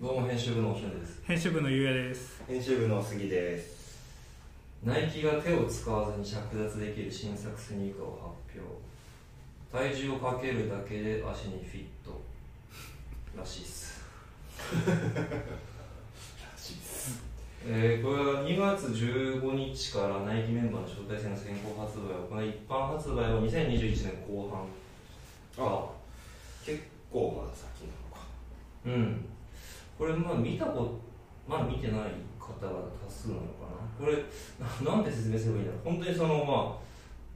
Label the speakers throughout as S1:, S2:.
S1: どうも編集部のおしゅんです
S2: 編集部のゆうやです
S3: 編集部の杉です
S1: ナイキが手を使わずに着脱できる新作スニーカーを発表体重をかけるだけで足にフィットらしいっすら
S3: しいっ
S1: すえーこれは2月15日からナイキメンバーの招待制の先行発売を行い一般発売は2021年後半
S3: あ結構まだ先なのか
S1: うん、これ、まあ、見たこと、まあ、見てない方が多数なのかな、これ、ななんで説明すればいいんだろう、本当にその、まあ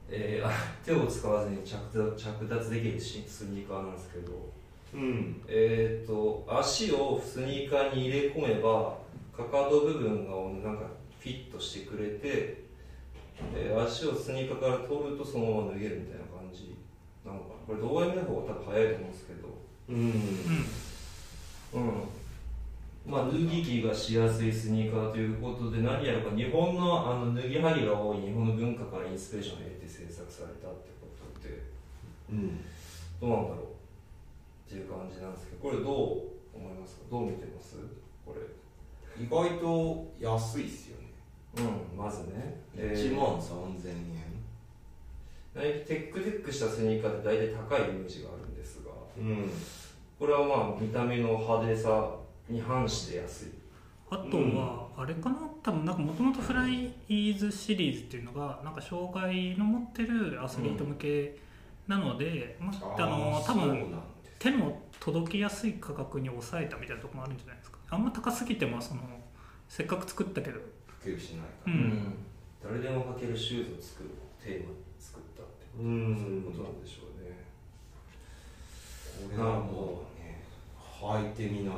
S1: えーあ 手を使わずに着脱着脱できるしスニーカーなんですけど、
S3: うん
S1: えー、と足をスニーカーに入れ込めば、かかと部分がなんかフィットしてくれて、えー足をスニーカーから取ると、そのまま脱げるみたいな感じなのかな、これ、動画で見た方が多分早いと思うんですけど。
S3: う
S2: うんん
S1: うん、まあ、脱ぎ着がしやすいスニーカーということで何やらか日本のあの脱ぎはぎが多い日本の文化からインスピレーションを得て制作されたってことで
S3: うん
S1: どうなんだろうっていう感じなんですけどこれどう思いますかどう見てますこれ
S3: 意外と安いっすよね
S1: うんまずね、えー
S3: 1万3000円
S1: ナイキテックテックしたスニーカーって大体高いイメージがあるんですが
S3: うん
S1: これはまあ見た目の派手さに反して安い
S2: あとはあれかな多分なんかもともとフライイーズシリーズっていうのがなんか障害の持ってるアスリート向けなので、まあ、あの多
S3: そうな
S2: 分
S3: んで
S2: 手の届きやすい価格に抑えたみたいなところもあるんじゃないですかあんま高すぎてもそのせっかく作ったけど
S3: す普及しないか
S2: う
S3: ら
S2: ん
S1: 誰でも履けるシューズを作るテーマに作ったって
S3: う
S1: こと
S3: こ
S1: なんでしょうね、
S3: れはもうね履いてみないとなん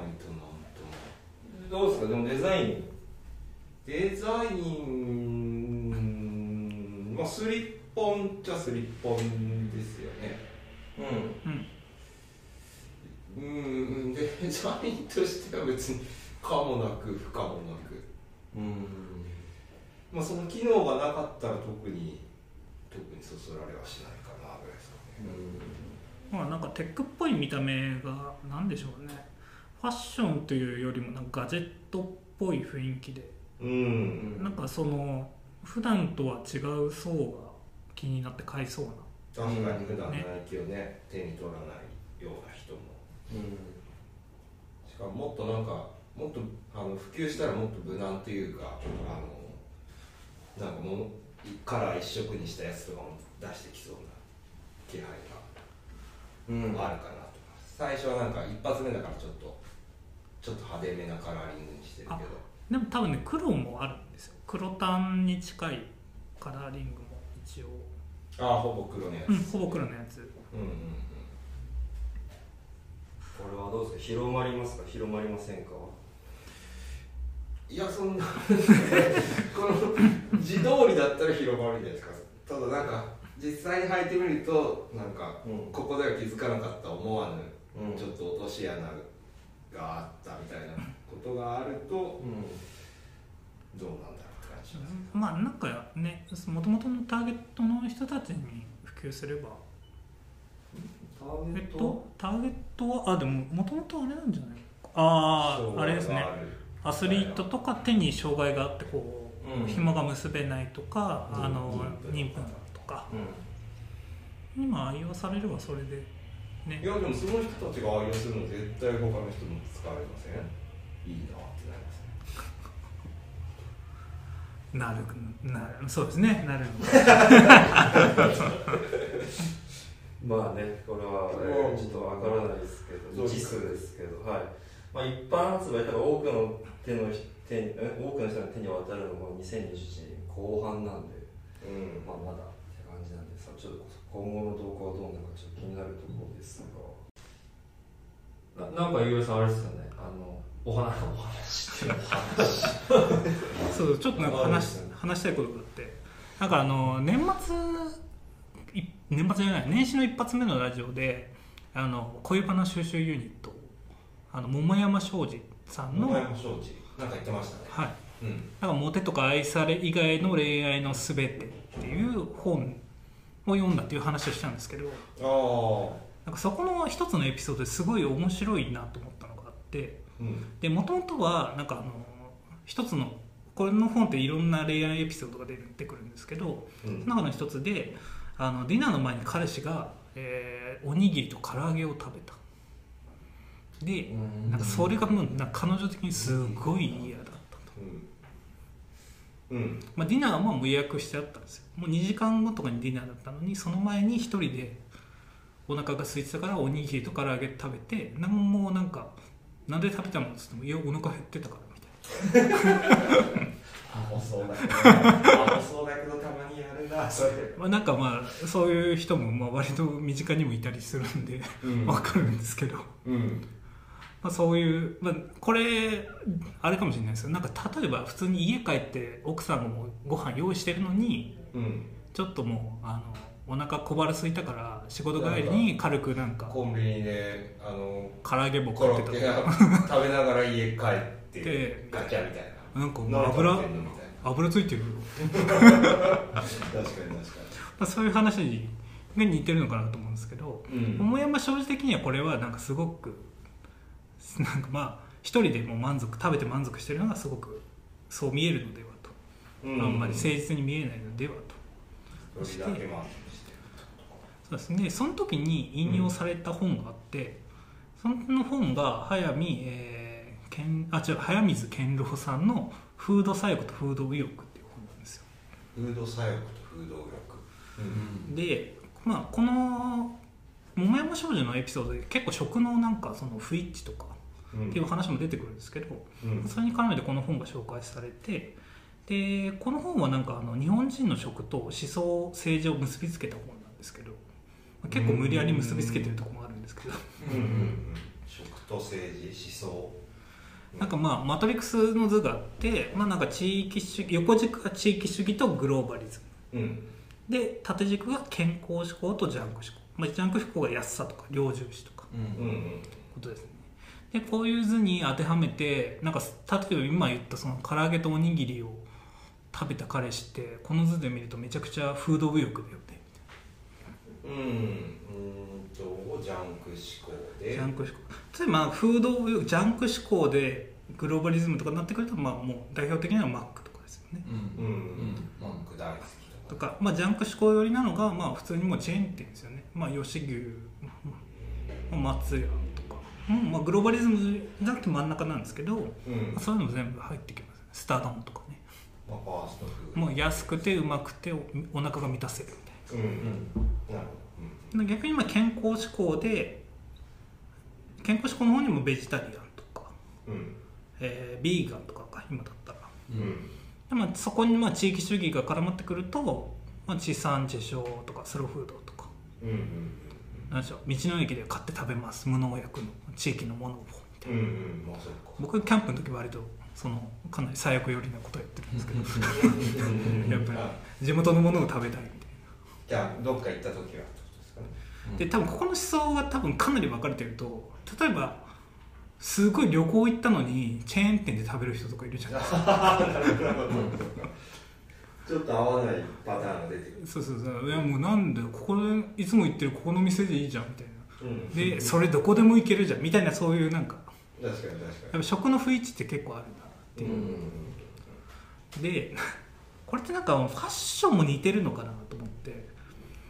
S3: とも
S1: どうですかでもデザイン
S3: デザインまあスリッポンっちゃスリッポンですよね
S1: うん
S2: うん
S3: うんデザインとしては別に可もなく不可もなく、
S1: うん
S3: まあ、その機能がなかったら特に特にそそられはしないかなぐらいですかね
S2: まあなんかテックっぽい見た目が何でしょうねファッションというよりもなんかガジェットっぽい雰囲気で
S3: う
S1: うんん
S2: なんかその普段とは違う層が気になって買いそうな
S3: 確かに普段ナイ
S2: ね
S3: キをね手に取らないような人も
S1: う
S3: しかももっとなんかもっとあの普及したらもっと無難というかあのなんかもうカラー一色にしたやつとかも出してきそうな気配が
S1: ん
S3: あ
S1: う
S3: る
S1: ん
S3: かなとか、最初はなんか一発目だからちょっとちょっと派手めなカラーリングにしてるけど
S2: でも多分ね黒もあるんですよ黒単に近いカラーリングも一応、
S3: ああほぼ黒のやつ、
S2: うん、ほぼ黒のやつ
S3: うんうん
S1: これはどうですか広まりますか広まりませんか
S3: うんいやそんなこの自動りだったら広まるんじゃないですかただなんか実際に履いてみるとなんか
S1: うん
S3: ここでは気づかなかった思わぬ
S1: うん
S3: ちょっと落とし穴があったみたいなことがあると
S1: う
S3: どうなんだろうって感じします
S2: まあなんかねもともとのターゲットの人たちに普及すれば
S1: ん
S2: えっとターゲットはあでももともとあれなんじゃないあああれですねアスリートとか手に障害があってこう、
S1: うん
S2: 紐が結べないとか、
S3: うん
S2: あの
S3: 妊
S2: 妊婦
S3: 婦の方
S2: とか
S1: う
S2: 今愛用されればそれでね
S3: いやでもその人たちが愛用するの絶対他の人も使われませんいいなってなりますね
S2: なるなるそうですねなる
S1: んまあねこれは、えーちょっとわからないですけ
S3: そ
S1: ど
S3: う
S1: 未知数ですけどはいまあ一般発売だから多くの手のひ手にえ多くの人の手に渡るのが2021年後半なんで
S3: うん
S1: まあ、まだって感じなんでさ、ちょっと今後の動向はどうなるかちょっと気になるところですが。ななんか井上さんあれですよね、あの、お花のお話っていうの
S2: ほどそうちょっとなんか話し
S1: あるんですね
S2: 話したいことがあってなんかあの年末い年末じゃない年始の一発目のラジオであの恋バナ収集ユニットあの桃山商事さんの、
S3: 名
S2: は
S3: 前
S2: い、
S3: も承知なんか言ってましたねうん
S2: なんかモテとか愛され以外の恋愛のすべてっていう本を読んだっていう話をしたんですけど
S3: ああ
S2: なんかそこの一つのエピソードですごい面白いなと思ったのがあって
S3: うん
S2: でもともとはなんかあの一つのこれの本っていろんな恋愛エピソードが出てくるんですけど
S3: うん
S2: その中の一つであのディナーの前に彼氏が、えーおにぎりと唐揚げを食べたでなんかそれがもうなんか彼女的にすごい嫌だったと、
S3: うんうん
S2: まあ、ディナーはもう予約してあったんですよもう2時間後とかにディナーだったのにその前に一人でお腹が空いてたからおにぎりと唐揚げ食べてなんもなんかなんで食べたのっつってもいやお腹減ってたからみたいな
S3: アホそうだけどアホそうだけどたまにやるなそれ
S2: まあ、なんかまあそういう人もまあ割と身近にもいたりするんで
S3: うん
S2: わかるんですけど、ま
S3: うん
S2: あ、そういう、まあ、これあれかもしれないですよなんか例えば普通に家帰って奥さんがもうご飯用意してるのに
S3: うん
S2: ちょっともうあのお腹小腹空いたから仕事帰りに軽くなんか
S3: コンビニであの
S2: 唐揚げ棒
S3: コ
S2: 買っ
S3: ロ
S2: て
S3: ッ
S2: た
S3: ケ
S2: とか
S3: が食べながら家帰って
S2: で
S3: ガチャみたいな
S2: なんかもう
S3: 何食べ
S2: 油
S3: てんのみたい
S2: 油ついてるよ
S3: な確かに確か
S2: まあそういう話に似てるのかなと思うんですけど
S3: にうん
S2: 桃山正治的にはこれはなんかすごくなんかまあ一人でもう満足食べて満足してるのがすごくそう見えるのではと、
S3: うん
S2: あんまり誠実に見えないのではと
S3: それだけ満足して
S2: そうですねその時に引用された本があって、その本が早見、えー、健あ違う早水健郎さんの「フード左翼とフード右翼」っていう本なんですよ
S3: フード左翼とフード右
S2: で、まあ、この桃山少女のエピソードで結構食のなんかその不一致とか
S3: 翼うん
S2: っていう話も出てくるんですけど、
S3: うん
S2: それに絡めてこの本が紹介されてでこの本はなんかあの日本人の食と思想政治を結びつけた本なんですけどまあ結構無理やり結びつけてるところもあるんですけど
S3: うんうん食と政治思想
S2: なんかまあマトリックスの図があって、まあ、なんか地域主義横軸が地域主義とグローバリズ
S3: うん
S2: ムで縦軸が健康志向とジャンク志向、まあ、ジャンク志向が安さとか領重視とか
S3: うんうん
S2: ことですねでこういう図に当てはめてなんか例えば今言ったその唐揚げとおにぎりを食べた彼氏ってこの図で見るとめちゃくちゃフード右翼だよね
S3: うんうんとジャンク思考で
S2: ジャンク思考例えばフード右翼ジャンク思考でグローバリズムとかになってくるとまあもう代表的なのはマックとかですよね
S3: うんうん文句大好き
S2: と
S3: とか
S2: か、まあ、ジャンク思考寄りなのがまあ普通にもうチェーン店ですよね、まあ、吉牛まあ松屋とか、うんまあ、グローバリズムじゃなくて真ん中なんですけど、
S3: うん
S2: そういうのも全部入ってきますねスタドンとかね
S3: まあファーストフード
S2: もう安くてうまくておお腹が満たせるみたい
S3: うんうんなる
S2: な逆にまあ健康志向で健康志向の方にもベジタリアンとか、
S3: ほどうん
S2: えービーガンとかが今だったら
S3: うんうん
S2: で、まあ、そこにまあ地域主義が絡まってくると、まあ、地産地消とかスローフードとか
S3: うんうん
S2: なんでしょう道の駅で買って食べます無農薬の地域のものをみた
S3: う
S2: い
S3: ん
S2: な、
S3: うんまあそっか
S2: 僕キャンプの時割とそのかなり左翼寄りなことやってるんですけどやっぱり地元のものを食べたいみたいな
S3: じゃあどっか行った時はってことですかね
S2: で多分ここの思想が多分かなり分かれてると例えばすごい旅行行ったのにチェーン店で食べる人とかいる じゃないですか
S3: ちょっと合わないパターンが出てくる
S2: そうそうそういやもうなんだよここでいつも行ってるここの店でいいじゃんみたいな
S3: うん
S2: でそれどこでも行けるじゃんみたいなそういうなんか
S3: 確かに確
S2: や
S3: か
S2: っぱ食の不一致って結構ある
S3: にうんうん
S2: なで これってなんかファッションも似てるのかなと思って、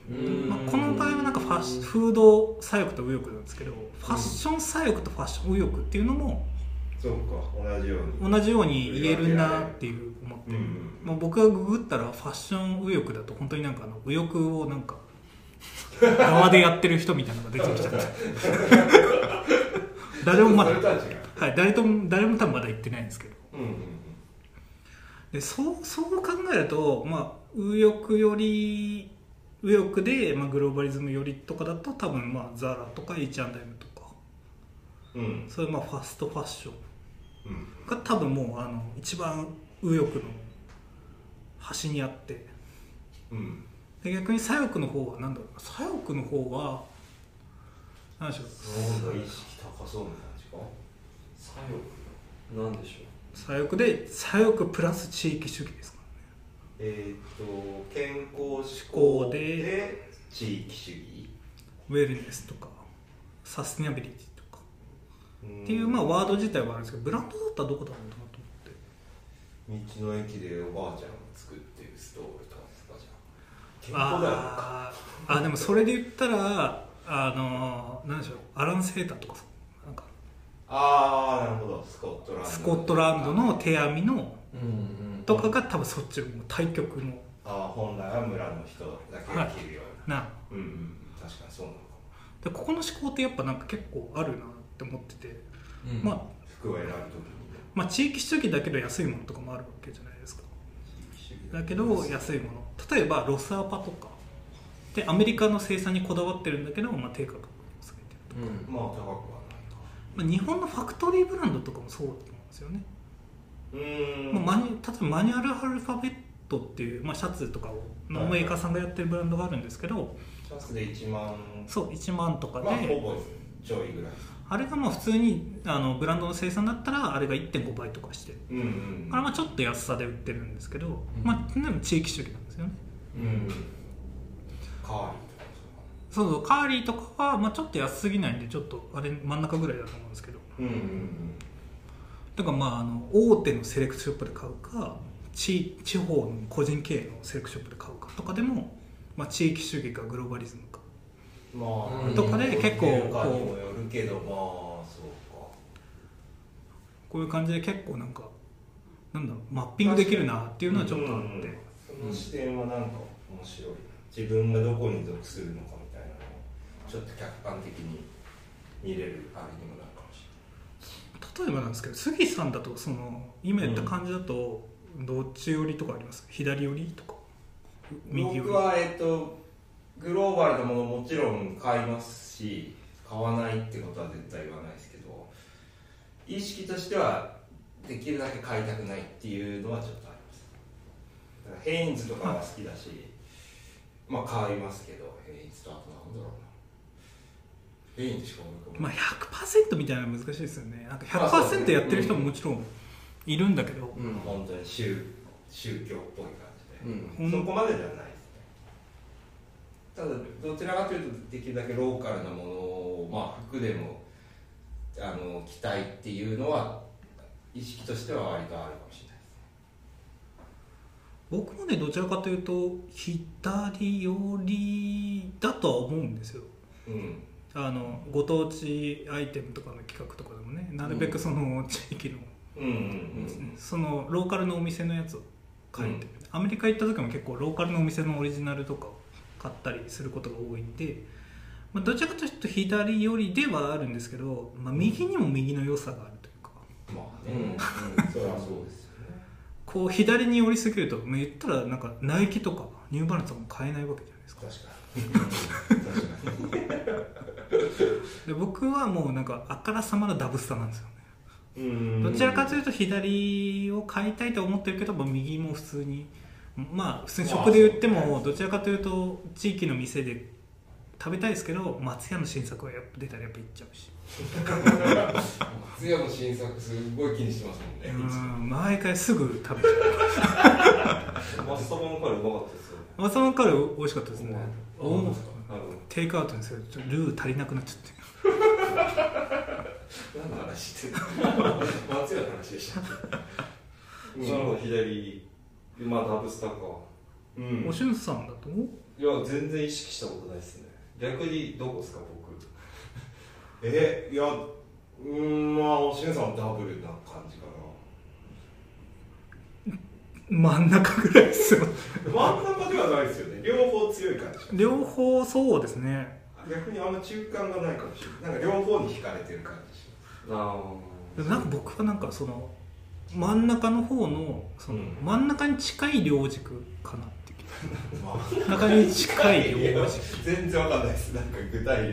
S3: うん
S2: まあ、この場合はなんかファッシフード左翼と右翼なんですけどファッション左翼とファッション右翼っていうのも
S3: そうか同じように
S2: 同じように言えるなっていう思って
S3: うんうん
S2: まあ、僕がググったらファッション右翼だと本当になんかあの右翼をなんか側でやってる人みた いなのが出てきちゃって誰もまだ、
S3: それと
S2: は
S3: は違
S2: い、
S3: う
S2: 誰とも誰も多分まだ言ってないんですけど
S3: うんうん
S2: でそうそう考えると、まあ、右翼より右翼で、まあ、グローバリズムよりとかだと多分まあザラとか H&M とか
S3: うんうん
S2: そういうまあファストファッション
S3: うん
S2: が多分もうあの一番右翼の端にあって。
S3: うん
S2: で逆に左翼の方は何だろう左翼の方は何でしょう
S3: なんか意識高そうな感じか
S1: 左翼なんでしょ
S2: 左翼で左翼プラス地域主義ですか
S3: えーっと健康志
S2: 向
S3: 向
S2: で
S3: で地域主義
S2: らねウェルネスとかサステナビリティとかっていう、まあ、ワード自体はあるんですけどブランドだったらどこだろうなと思って
S3: 道の駅でおばあちゃんが作ってるストールとかですかじゃあ結構だよ
S2: あーあでもそれで言ったらあのなんでしょうアラン・セーターとかさなんか
S3: ああなるほどスコットランド
S2: スコットランドの手編みの
S3: うんうん
S2: とかが多分そっちの対局の
S3: ああ本来は村の人だけが着るような、
S2: な
S3: うんうん確かにそうなのかも
S2: でここの思考ってやっぱなんか結構あるなって思ってて、まあ
S3: 服を選ぶとき
S2: まあ地域主義だけど安いものとかもあるわけじゃないですか
S3: に
S2: だけど安いもの例えばロスアパとかでアメリカの生産にこだわってるんだけど、まあ、低価格を下げてると、
S1: うん
S3: まあ高くはないか
S2: まあ、日本のファクトリーブランドとかもそうだと思うんですよね、
S3: うー
S2: まあ、マニ例えばマニュアルアルファベットっていう、まあ、シャツとかをのメーカーさんがやってるブランドがあるんですけど
S3: チャンスで1万
S2: そう1万とかで、
S3: まあほぼちょいぐらい
S2: あれがまあ普通にあのブランドの生産だったらあれが1.5倍とかして
S3: うんうん
S2: あれはちょっと安さで売ってるんですけど、
S1: ん
S2: まあ、でも地域主義なんですよね
S3: うんカー
S2: そうそうカーリーとかは、まあ、ちょっと安すぎないんでちょっとあれ真ん中ぐらいだと思うんですけど
S3: リーとかうんうん
S2: だからまああの大手のセレクトショップで買うか地地方の個人経営のセレクトショップで買うかとかでも、まあ、地域主義かグローバリズムか
S3: まあ、
S1: と
S2: かで結構
S3: 他にもよるけどまあそう
S2: こういう感じで結構なんかなんだろうマッピングできるなっていうのはちょっとあっ
S3: うんうんう
S2: て
S3: んかその視点はなんか面白いな自分がどこに属するのかみたいなのをちょっと客観的に見れるあれにもなるかもし
S2: 例えばなんですけど杉さんだとその今言った感じだとどっち寄りとかあります左寄りとか
S3: れ
S2: 右
S3: ない
S2: 寄り
S3: 僕はえっとグローバルなものもちろん買いますし買わないってことは絶対言わないですけど意識としてはできるだけ買いたくないっていうのはちょっとありますだからヘインズとかは好きだし、まあ買いますけどヘインズとあとなんだろうなヘインズしか思い浮かば
S2: まあ、
S3: ない、
S2: 100%みたいなのは難しいですよねなんか
S3: まあそうです
S2: 100%
S3: ね
S2: やってる人ももちろんいるんだけど、
S1: うん
S3: 本当に宗宗教っぽい感じで、
S1: うん
S2: うん
S3: そこまでではないですねただどちらかというとできるだけローカルなものを、まあ、服でもあの着たいっていうのは意識としては割とあるかもしれないです
S2: 僕もねどちらかというと左寄りだとは思うんですよ
S3: うん
S2: あのご当地アイテムとかの企画とかでもねなるべくその地域の、
S3: うんうん
S2: そのローカルのお店のやつを借りて、アメリカ行った時も結構ローカルのお店のオリジナルとかを買ったりすることが多いんで、まあ、どちらかというと左寄りではあるんですけど、まあ、右にも右の良さがあるというか
S3: うんまあ
S1: う
S3: ね、
S1: んうん
S3: それはそうですよね
S2: こう左に寄りすぎると、まあ、言ったらなんかナイキとかニューバランスとかも買えないわけじゃないですか
S3: 確かに確かに
S2: で僕はもうなんかあからさまなダブスタなんですよね
S3: うん
S2: どちらかというと左を買いたいと思ってるけど、まあ、右も普通にまあ普通にショップで言って
S3: まあ
S2: もどちらかというと地域の店で食べたいですけど松屋の新作がやっぱ出たらやっぱ行っちゃうし
S3: 松屋の新作すごい気にしてますもんね
S2: う
S3: いつも
S2: ん毎回すぐ食べ ちゃう
S1: マスタバのカレーうまかったですよ
S2: 松屋のカレー美味しかったですね
S3: うまかった
S1: あ
S2: お
S1: の
S2: テイクアウトにするとちょっとルー足りなくなっちゃって
S3: 何の話してた松屋の話でした
S1: なるほど左まあダブスターか
S3: うん
S2: おしゅんさんだと
S1: いや全然意識したことないですね逆にどこですか僕
S3: えいやうーんまあおしんさんはダブルな感じかな
S2: 真ん中ぐらいですよ
S3: 真ん中ではないですよね 両方強い感じ
S2: 両方そうですね
S3: 逆にあんま中間がないかもしれないなんか両方に惹かれてる感じし
S1: あ
S2: でもなんか僕はなんかその真ん中の方のその
S3: うん
S2: 真ん中に近い両軸かなって
S3: ます
S2: 真ん中に近い両軸
S3: 全然わかんないですなんか具体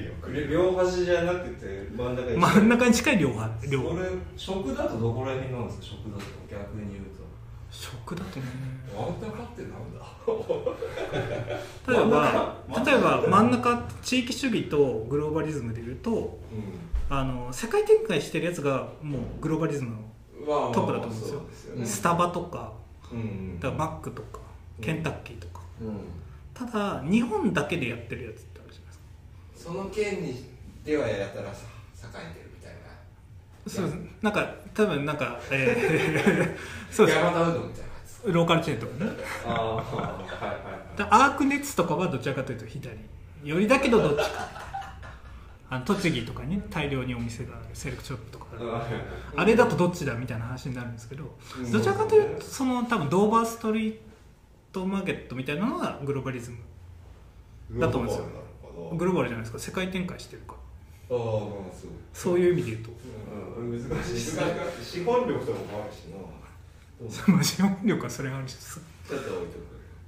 S3: 例を
S1: あ両端じゃなくて真ん中に
S2: 真ん中に近い両派両
S1: これ食だとどこら辺なんですか食だと逆に言うと
S2: 食だとね
S3: 真ん中ってなんだ
S2: 例えば
S3: 真ん中
S2: 例えば真ん中地域主義とグローバリズムで言うとあの世界展開してるやつがもうグローバリズム
S3: うんまあまあまあ
S2: トップだと思うんですよ
S3: そうですよ
S2: の
S3: ね
S2: スタバとか
S3: うん
S2: だからマックとかケンタッキーとか
S1: うん
S2: ただ日本だけでやってるやつってあるじゃないですか
S3: その県にではやたらさ栄えてるみたいな
S2: そうですなんか多分なんか、え ーそうです
S3: 山田うどんみたいなやつ
S2: ローカルチェーンとかね
S1: ああはいはいはい
S2: だアークネッツとかはどちらかというと左よりだけどどっちかあの栃木とかに大量にお店があるセレクトショップとかあるあれだとどっちだみたいな話になるんですけど
S3: うん
S2: どちらかというとその多分ドーバーストリートマーケットみたいなのがグローバリズムだと思うんですよ
S3: なるほ
S2: グローバルじゃないですか世界展開してるから
S3: どああまあすごい
S2: そういう意味で言うと
S3: うん、難しいですね資本力とかもあるしなでもちょっ
S2: そ の資本力はそれがあるんです
S3: と置いとく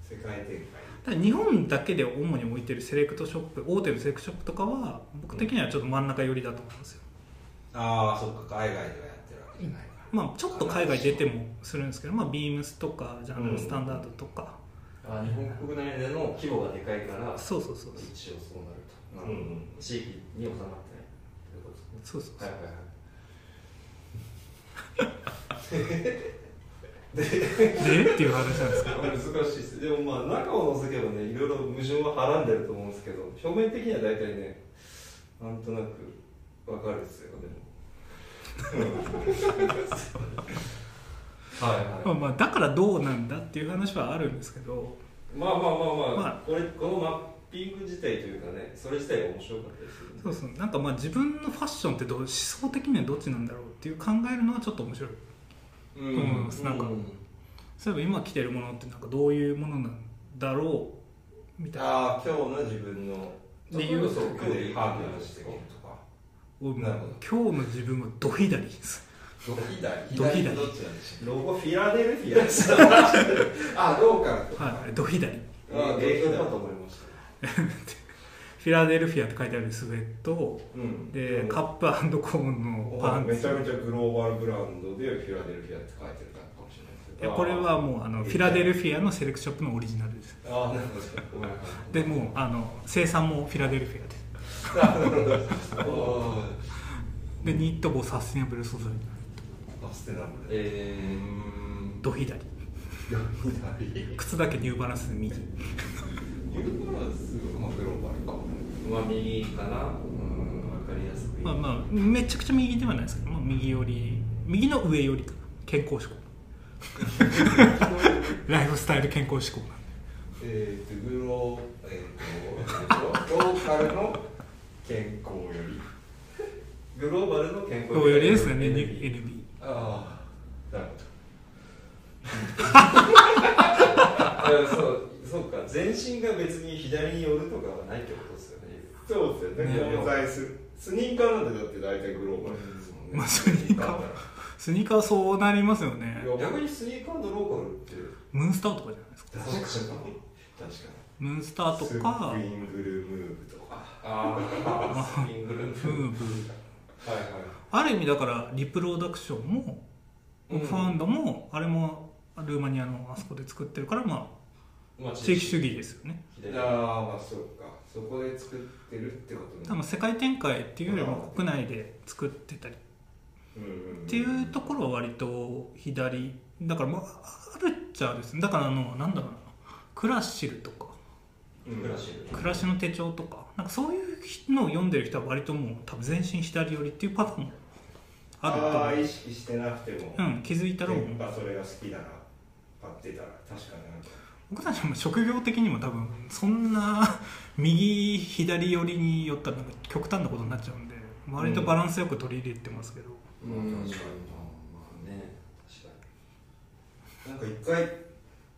S3: 世界展開
S2: ただ日本だけで主に置いてるセレクトショップ大手のセレクトショップとかは僕的にはちょっと真ん中寄りだと思うんですよ
S3: ああそっか海外ではやってるわけじゃないから、
S2: まあちょっと海外出てもするんですけど、まあ、ビームスとかジャンルスタンダードとか、
S1: あ日本国内での規模がでかいから
S2: そうそうそうそう
S1: 一応そうなると、
S3: うんうん
S1: 地域に収まってないということですね
S2: そうそうそう
S1: はいはいはい
S2: でっていう話なんですけど
S1: 難しいですでもまあ中を除けばねいろいろ矛盾ははらんでると思うんですけど表面的には大体ねなんとなくわかるですよでも はいはい
S2: ま あまあだからどうなんだっていう話はあるんですけど
S1: まあまあまあまあ、
S2: まあ
S1: これこのマッピング自体というかねそれ自体が面白かったりするんで
S2: そうそうなんかまあ自分のファッションってどう思想的にはどっちなんだろうっていう考えるのはちょっと面白い
S3: うん
S2: うんなんかそういえば今着てるものってなんかどういうものなんだろうみたいな
S3: ああ今日の自分の
S2: 理由
S3: そう今日で判断していくとか
S2: おもう
S3: なるほ
S2: 今日の自分はド左です
S3: ドキダリ
S2: ドキダリ
S3: どっちなんでし
S1: ロゴフィラデルフィアでした
S3: ょうあどうか
S2: はいド左フ
S3: あ
S1: 英語だと思いました
S2: ィラデルフィアって書いてあるスウェット
S3: うん
S2: でカップコーンのパン
S3: めち
S2: ツ
S3: ゃめちゃグローバルブランドでフィラデルフィアって書いてるからかもしれないです
S2: い
S3: け
S2: や
S3: ど
S2: これはもうあのフィラデルフィアのセレクトショップのオリジナルです
S3: ああなるほどごめんなさい
S2: でもうあの生産もフィラデルフィアです
S3: あ
S2: でニット帽サステナブル素材
S3: あステナブル
S1: え
S3: うーん
S2: ド左
S3: ドキダリ
S2: 靴だけニューバランスで右
S3: ニューバランスまあグローバルか
S1: ー、まあ右かなうんわかりやすく言う
S2: まあまあめちゃくちゃ右ではないですけど、まあ、右より右の上よりかな健康 志向ライフスタイル健康志向なんで
S3: えーとグローえーとローカルの健康より
S1: グローバルの健康
S2: こうよりですね
S1: NB
S2: NB
S3: ああなるほど
S1: あそうそうか全身が別に左に寄るとかはないってことですよね
S3: そうですよね
S1: ね
S3: 混在するスニーカーなんてだって大体グローバルですもんね、
S2: まあスニーカー
S3: なら
S2: スニーカーはそうなりますよね
S3: いや
S1: 逆にスニーカーとローカルって
S2: ムーンスターとかじゃないですか
S3: 確かに確か
S2: ムーンスター
S3: に
S2: とか
S3: スプリングルムーブとか
S1: ああスイングルー
S2: フ
S1: ム
S2: ーブ
S1: はいはい
S2: ある意味だからリプロダクションも
S1: うん
S2: ファンドもあれもルーマニアのあそこで作ってるからま
S1: まあ
S2: あ地域主義ですよね
S1: 左
S3: ああまあそうかそこで作ってるってことね
S2: 多分世界展開っていうよりも国内で作ってたり
S3: っ
S2: っていうところは割と左だからまああるっちゃあるですねだからあのなんだろうなクラシルとか
S1: ブラシル
S2: 暮らしの手帳とかなんかそういうのを読んでる人は割ともう多分全身左寄りっていうパターンもあると
S3: ああ
S2: 思う
S3: 意識してなくても、
S2: うん、気づいたらもう
S3: やっぱそれが好きだな買ってたら確かになんか
S2: 僕たちも職業的にも多分そんな 右左寄りに寄ったらなんか極端なことになっちゃうんで割とバランスよく取り入れてますけど、
S1: まあ
S3: うん
S1: 確かにまあまあね確か
S3: なんか一回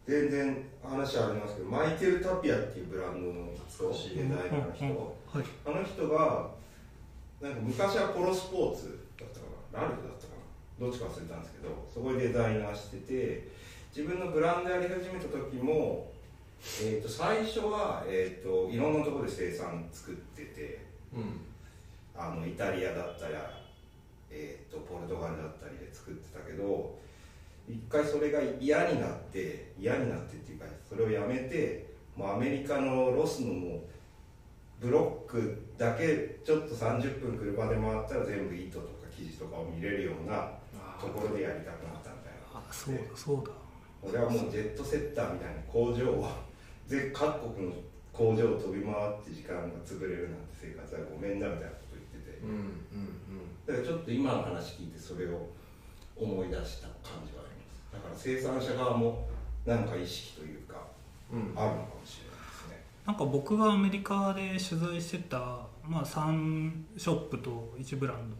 S3: 全然話ありますけどマイケル・タピアっていうブランドの
S1: 懐かしい
S3: デザイナーの人、
S2: はい
S3: あの人がなんか昔はポロスポーツだったかなラルフだったかなどっちか忘れたんですけどそこでデザイナーしてて自分のブランドやり始めた時も、えー、と最初は、えー、といろんなところで生産作ってて
S1: に
S3: あのイタリアだったり、えー、とポルトガルだったりで作ってたけど一回それが嫌になって嫌になってっていうかそれをやめてもうアメリカのロスのもうブロックだけちょっと30分車で回ったら全部糸とか生地とかを見れるような
S1: あー
S3: ところでやりたくなったみたいな
S2: あそうだそうだ
S3: 俺はもうジェットセッターみたいな工場を 全各国の工場を飛び回って時間が潰れるなんて生活はごめんだみたいなこと言っててうんうんうんだからちょっと今の話聞いてそれを思い出した感じはありますだから生産者側もなんか意識というか
S4: うんうん
S3: あるのかもしれないですね
S2: なんか僕がアメリカで取材してた、まあ、3ショップと1ブラン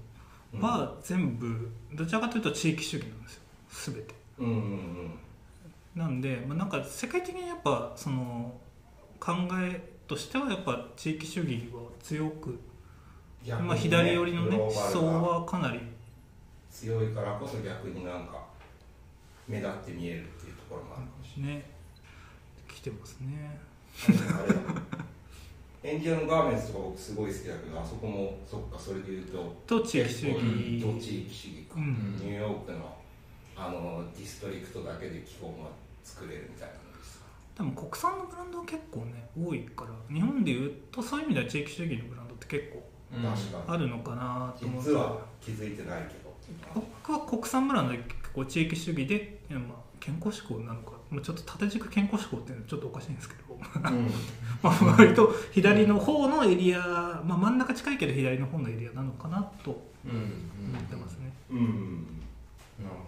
S2: ドは全部どちらかというと地域主義なんですよ全て
S3: うんうん
S2: なんで、まあ、なんか世界的にやっぱその考えとしてはやっぱ地域主義は強く、
S3: うん
S2: まあ、左寄りのね
S3: グロ
S2: 思
S3: ーバルな
S2: 想はかなり
S3: 強いからこそ逆になんか目立って見えるっていうところもあるかもし
S2: ね来てますね
S3: れないあれエンジェルのガーメンツとか僕すごい好きだけどあそこもそっかそれで言うと
S2: と地域主
S3: 結構どっ
S2: 義
S3: ち域主義か、
S2: うん
S3: ニューヨークのあのディストリクトだけで気候が作れるみたいなのですか
S2: でも国産のブランドは結構ね多いから日本でいうとそういう意味では地域主義のブランドって結構
S3: 確か
S2: あるのかなと
S3: に
S2: 思う
S3: 実は気づいてないけど
S2: 僕は国産ブランドで結構地域主義で、まあ、健康志向なのか、まあ、ちょっと縦軸健康志向っていうのはちょっとおかしいんですけ ど、まあ、割と左の方のエリア、まあ、真ん中近いけど左の方のエリアなのかなと
S4: うんうん
S2: 思ってますね、
S3: うん、
S4: なるほど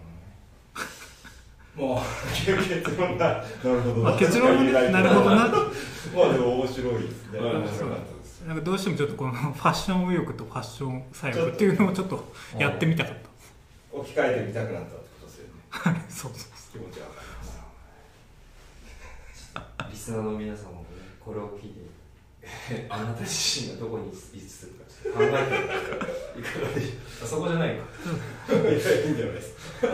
S4: ね
S3: もう結論だなるほど、
S2: まあ、結論もねなるほどなって
S3: まあでも面白いですね
S4: うん
S3: 面白かったです
S2: なんかどうしてもちょっとこのファッション右翼とファッション左翼っていうのをちょっとやってみたかっ
S3: 置き換えてみたくなったってことですよね
S2: たはいそうそう
S3: 気持ちわかります
S1: リスナーの皆様もねこれを聞いて あなた自身がどこに位置するかちょっと考えてみていかがでしょうあそこじゃないか
S3: いやいいんじゃないですか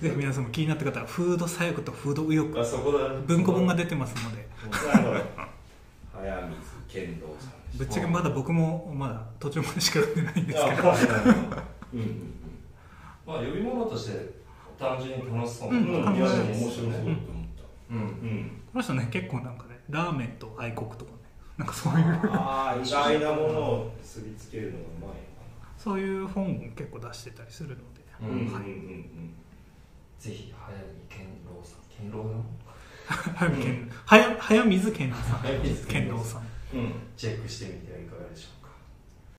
S2: ぜひ皆さんも気になった方はフード左翼とフード右翼
S1: あそこだ
S2: 文庫本が出てますので
S3: あの早水健郎さんで
S2: ぶっちゃけまだ僕もまだ途中までしか読んでないんです
S3: す
S2: けど
S3: うんうん
S1: まあ呼び物として単純に楽しそう
S2: う
S1: な、
S2: ん
S3: うん、うん、いやでも面白そうだと思
S4: うん
S3: ったうん
S2: この人ね結構なんかねラーメンと愛国とかねなんかそ ういう
S3: ああ意外なものをすりつけるのがうまいの
S2: そういう本を結構出してたりするので、
S4: う
S3: かなうんうん
S2: はい
S3: うん
S1: ぜひ早見健郎さん健郎さん
S2: 早見健はや早水健郎さん
S1: 早水健郎
S2: さん
S3: うんうん
S1: チェックしてみてはいかがでしょう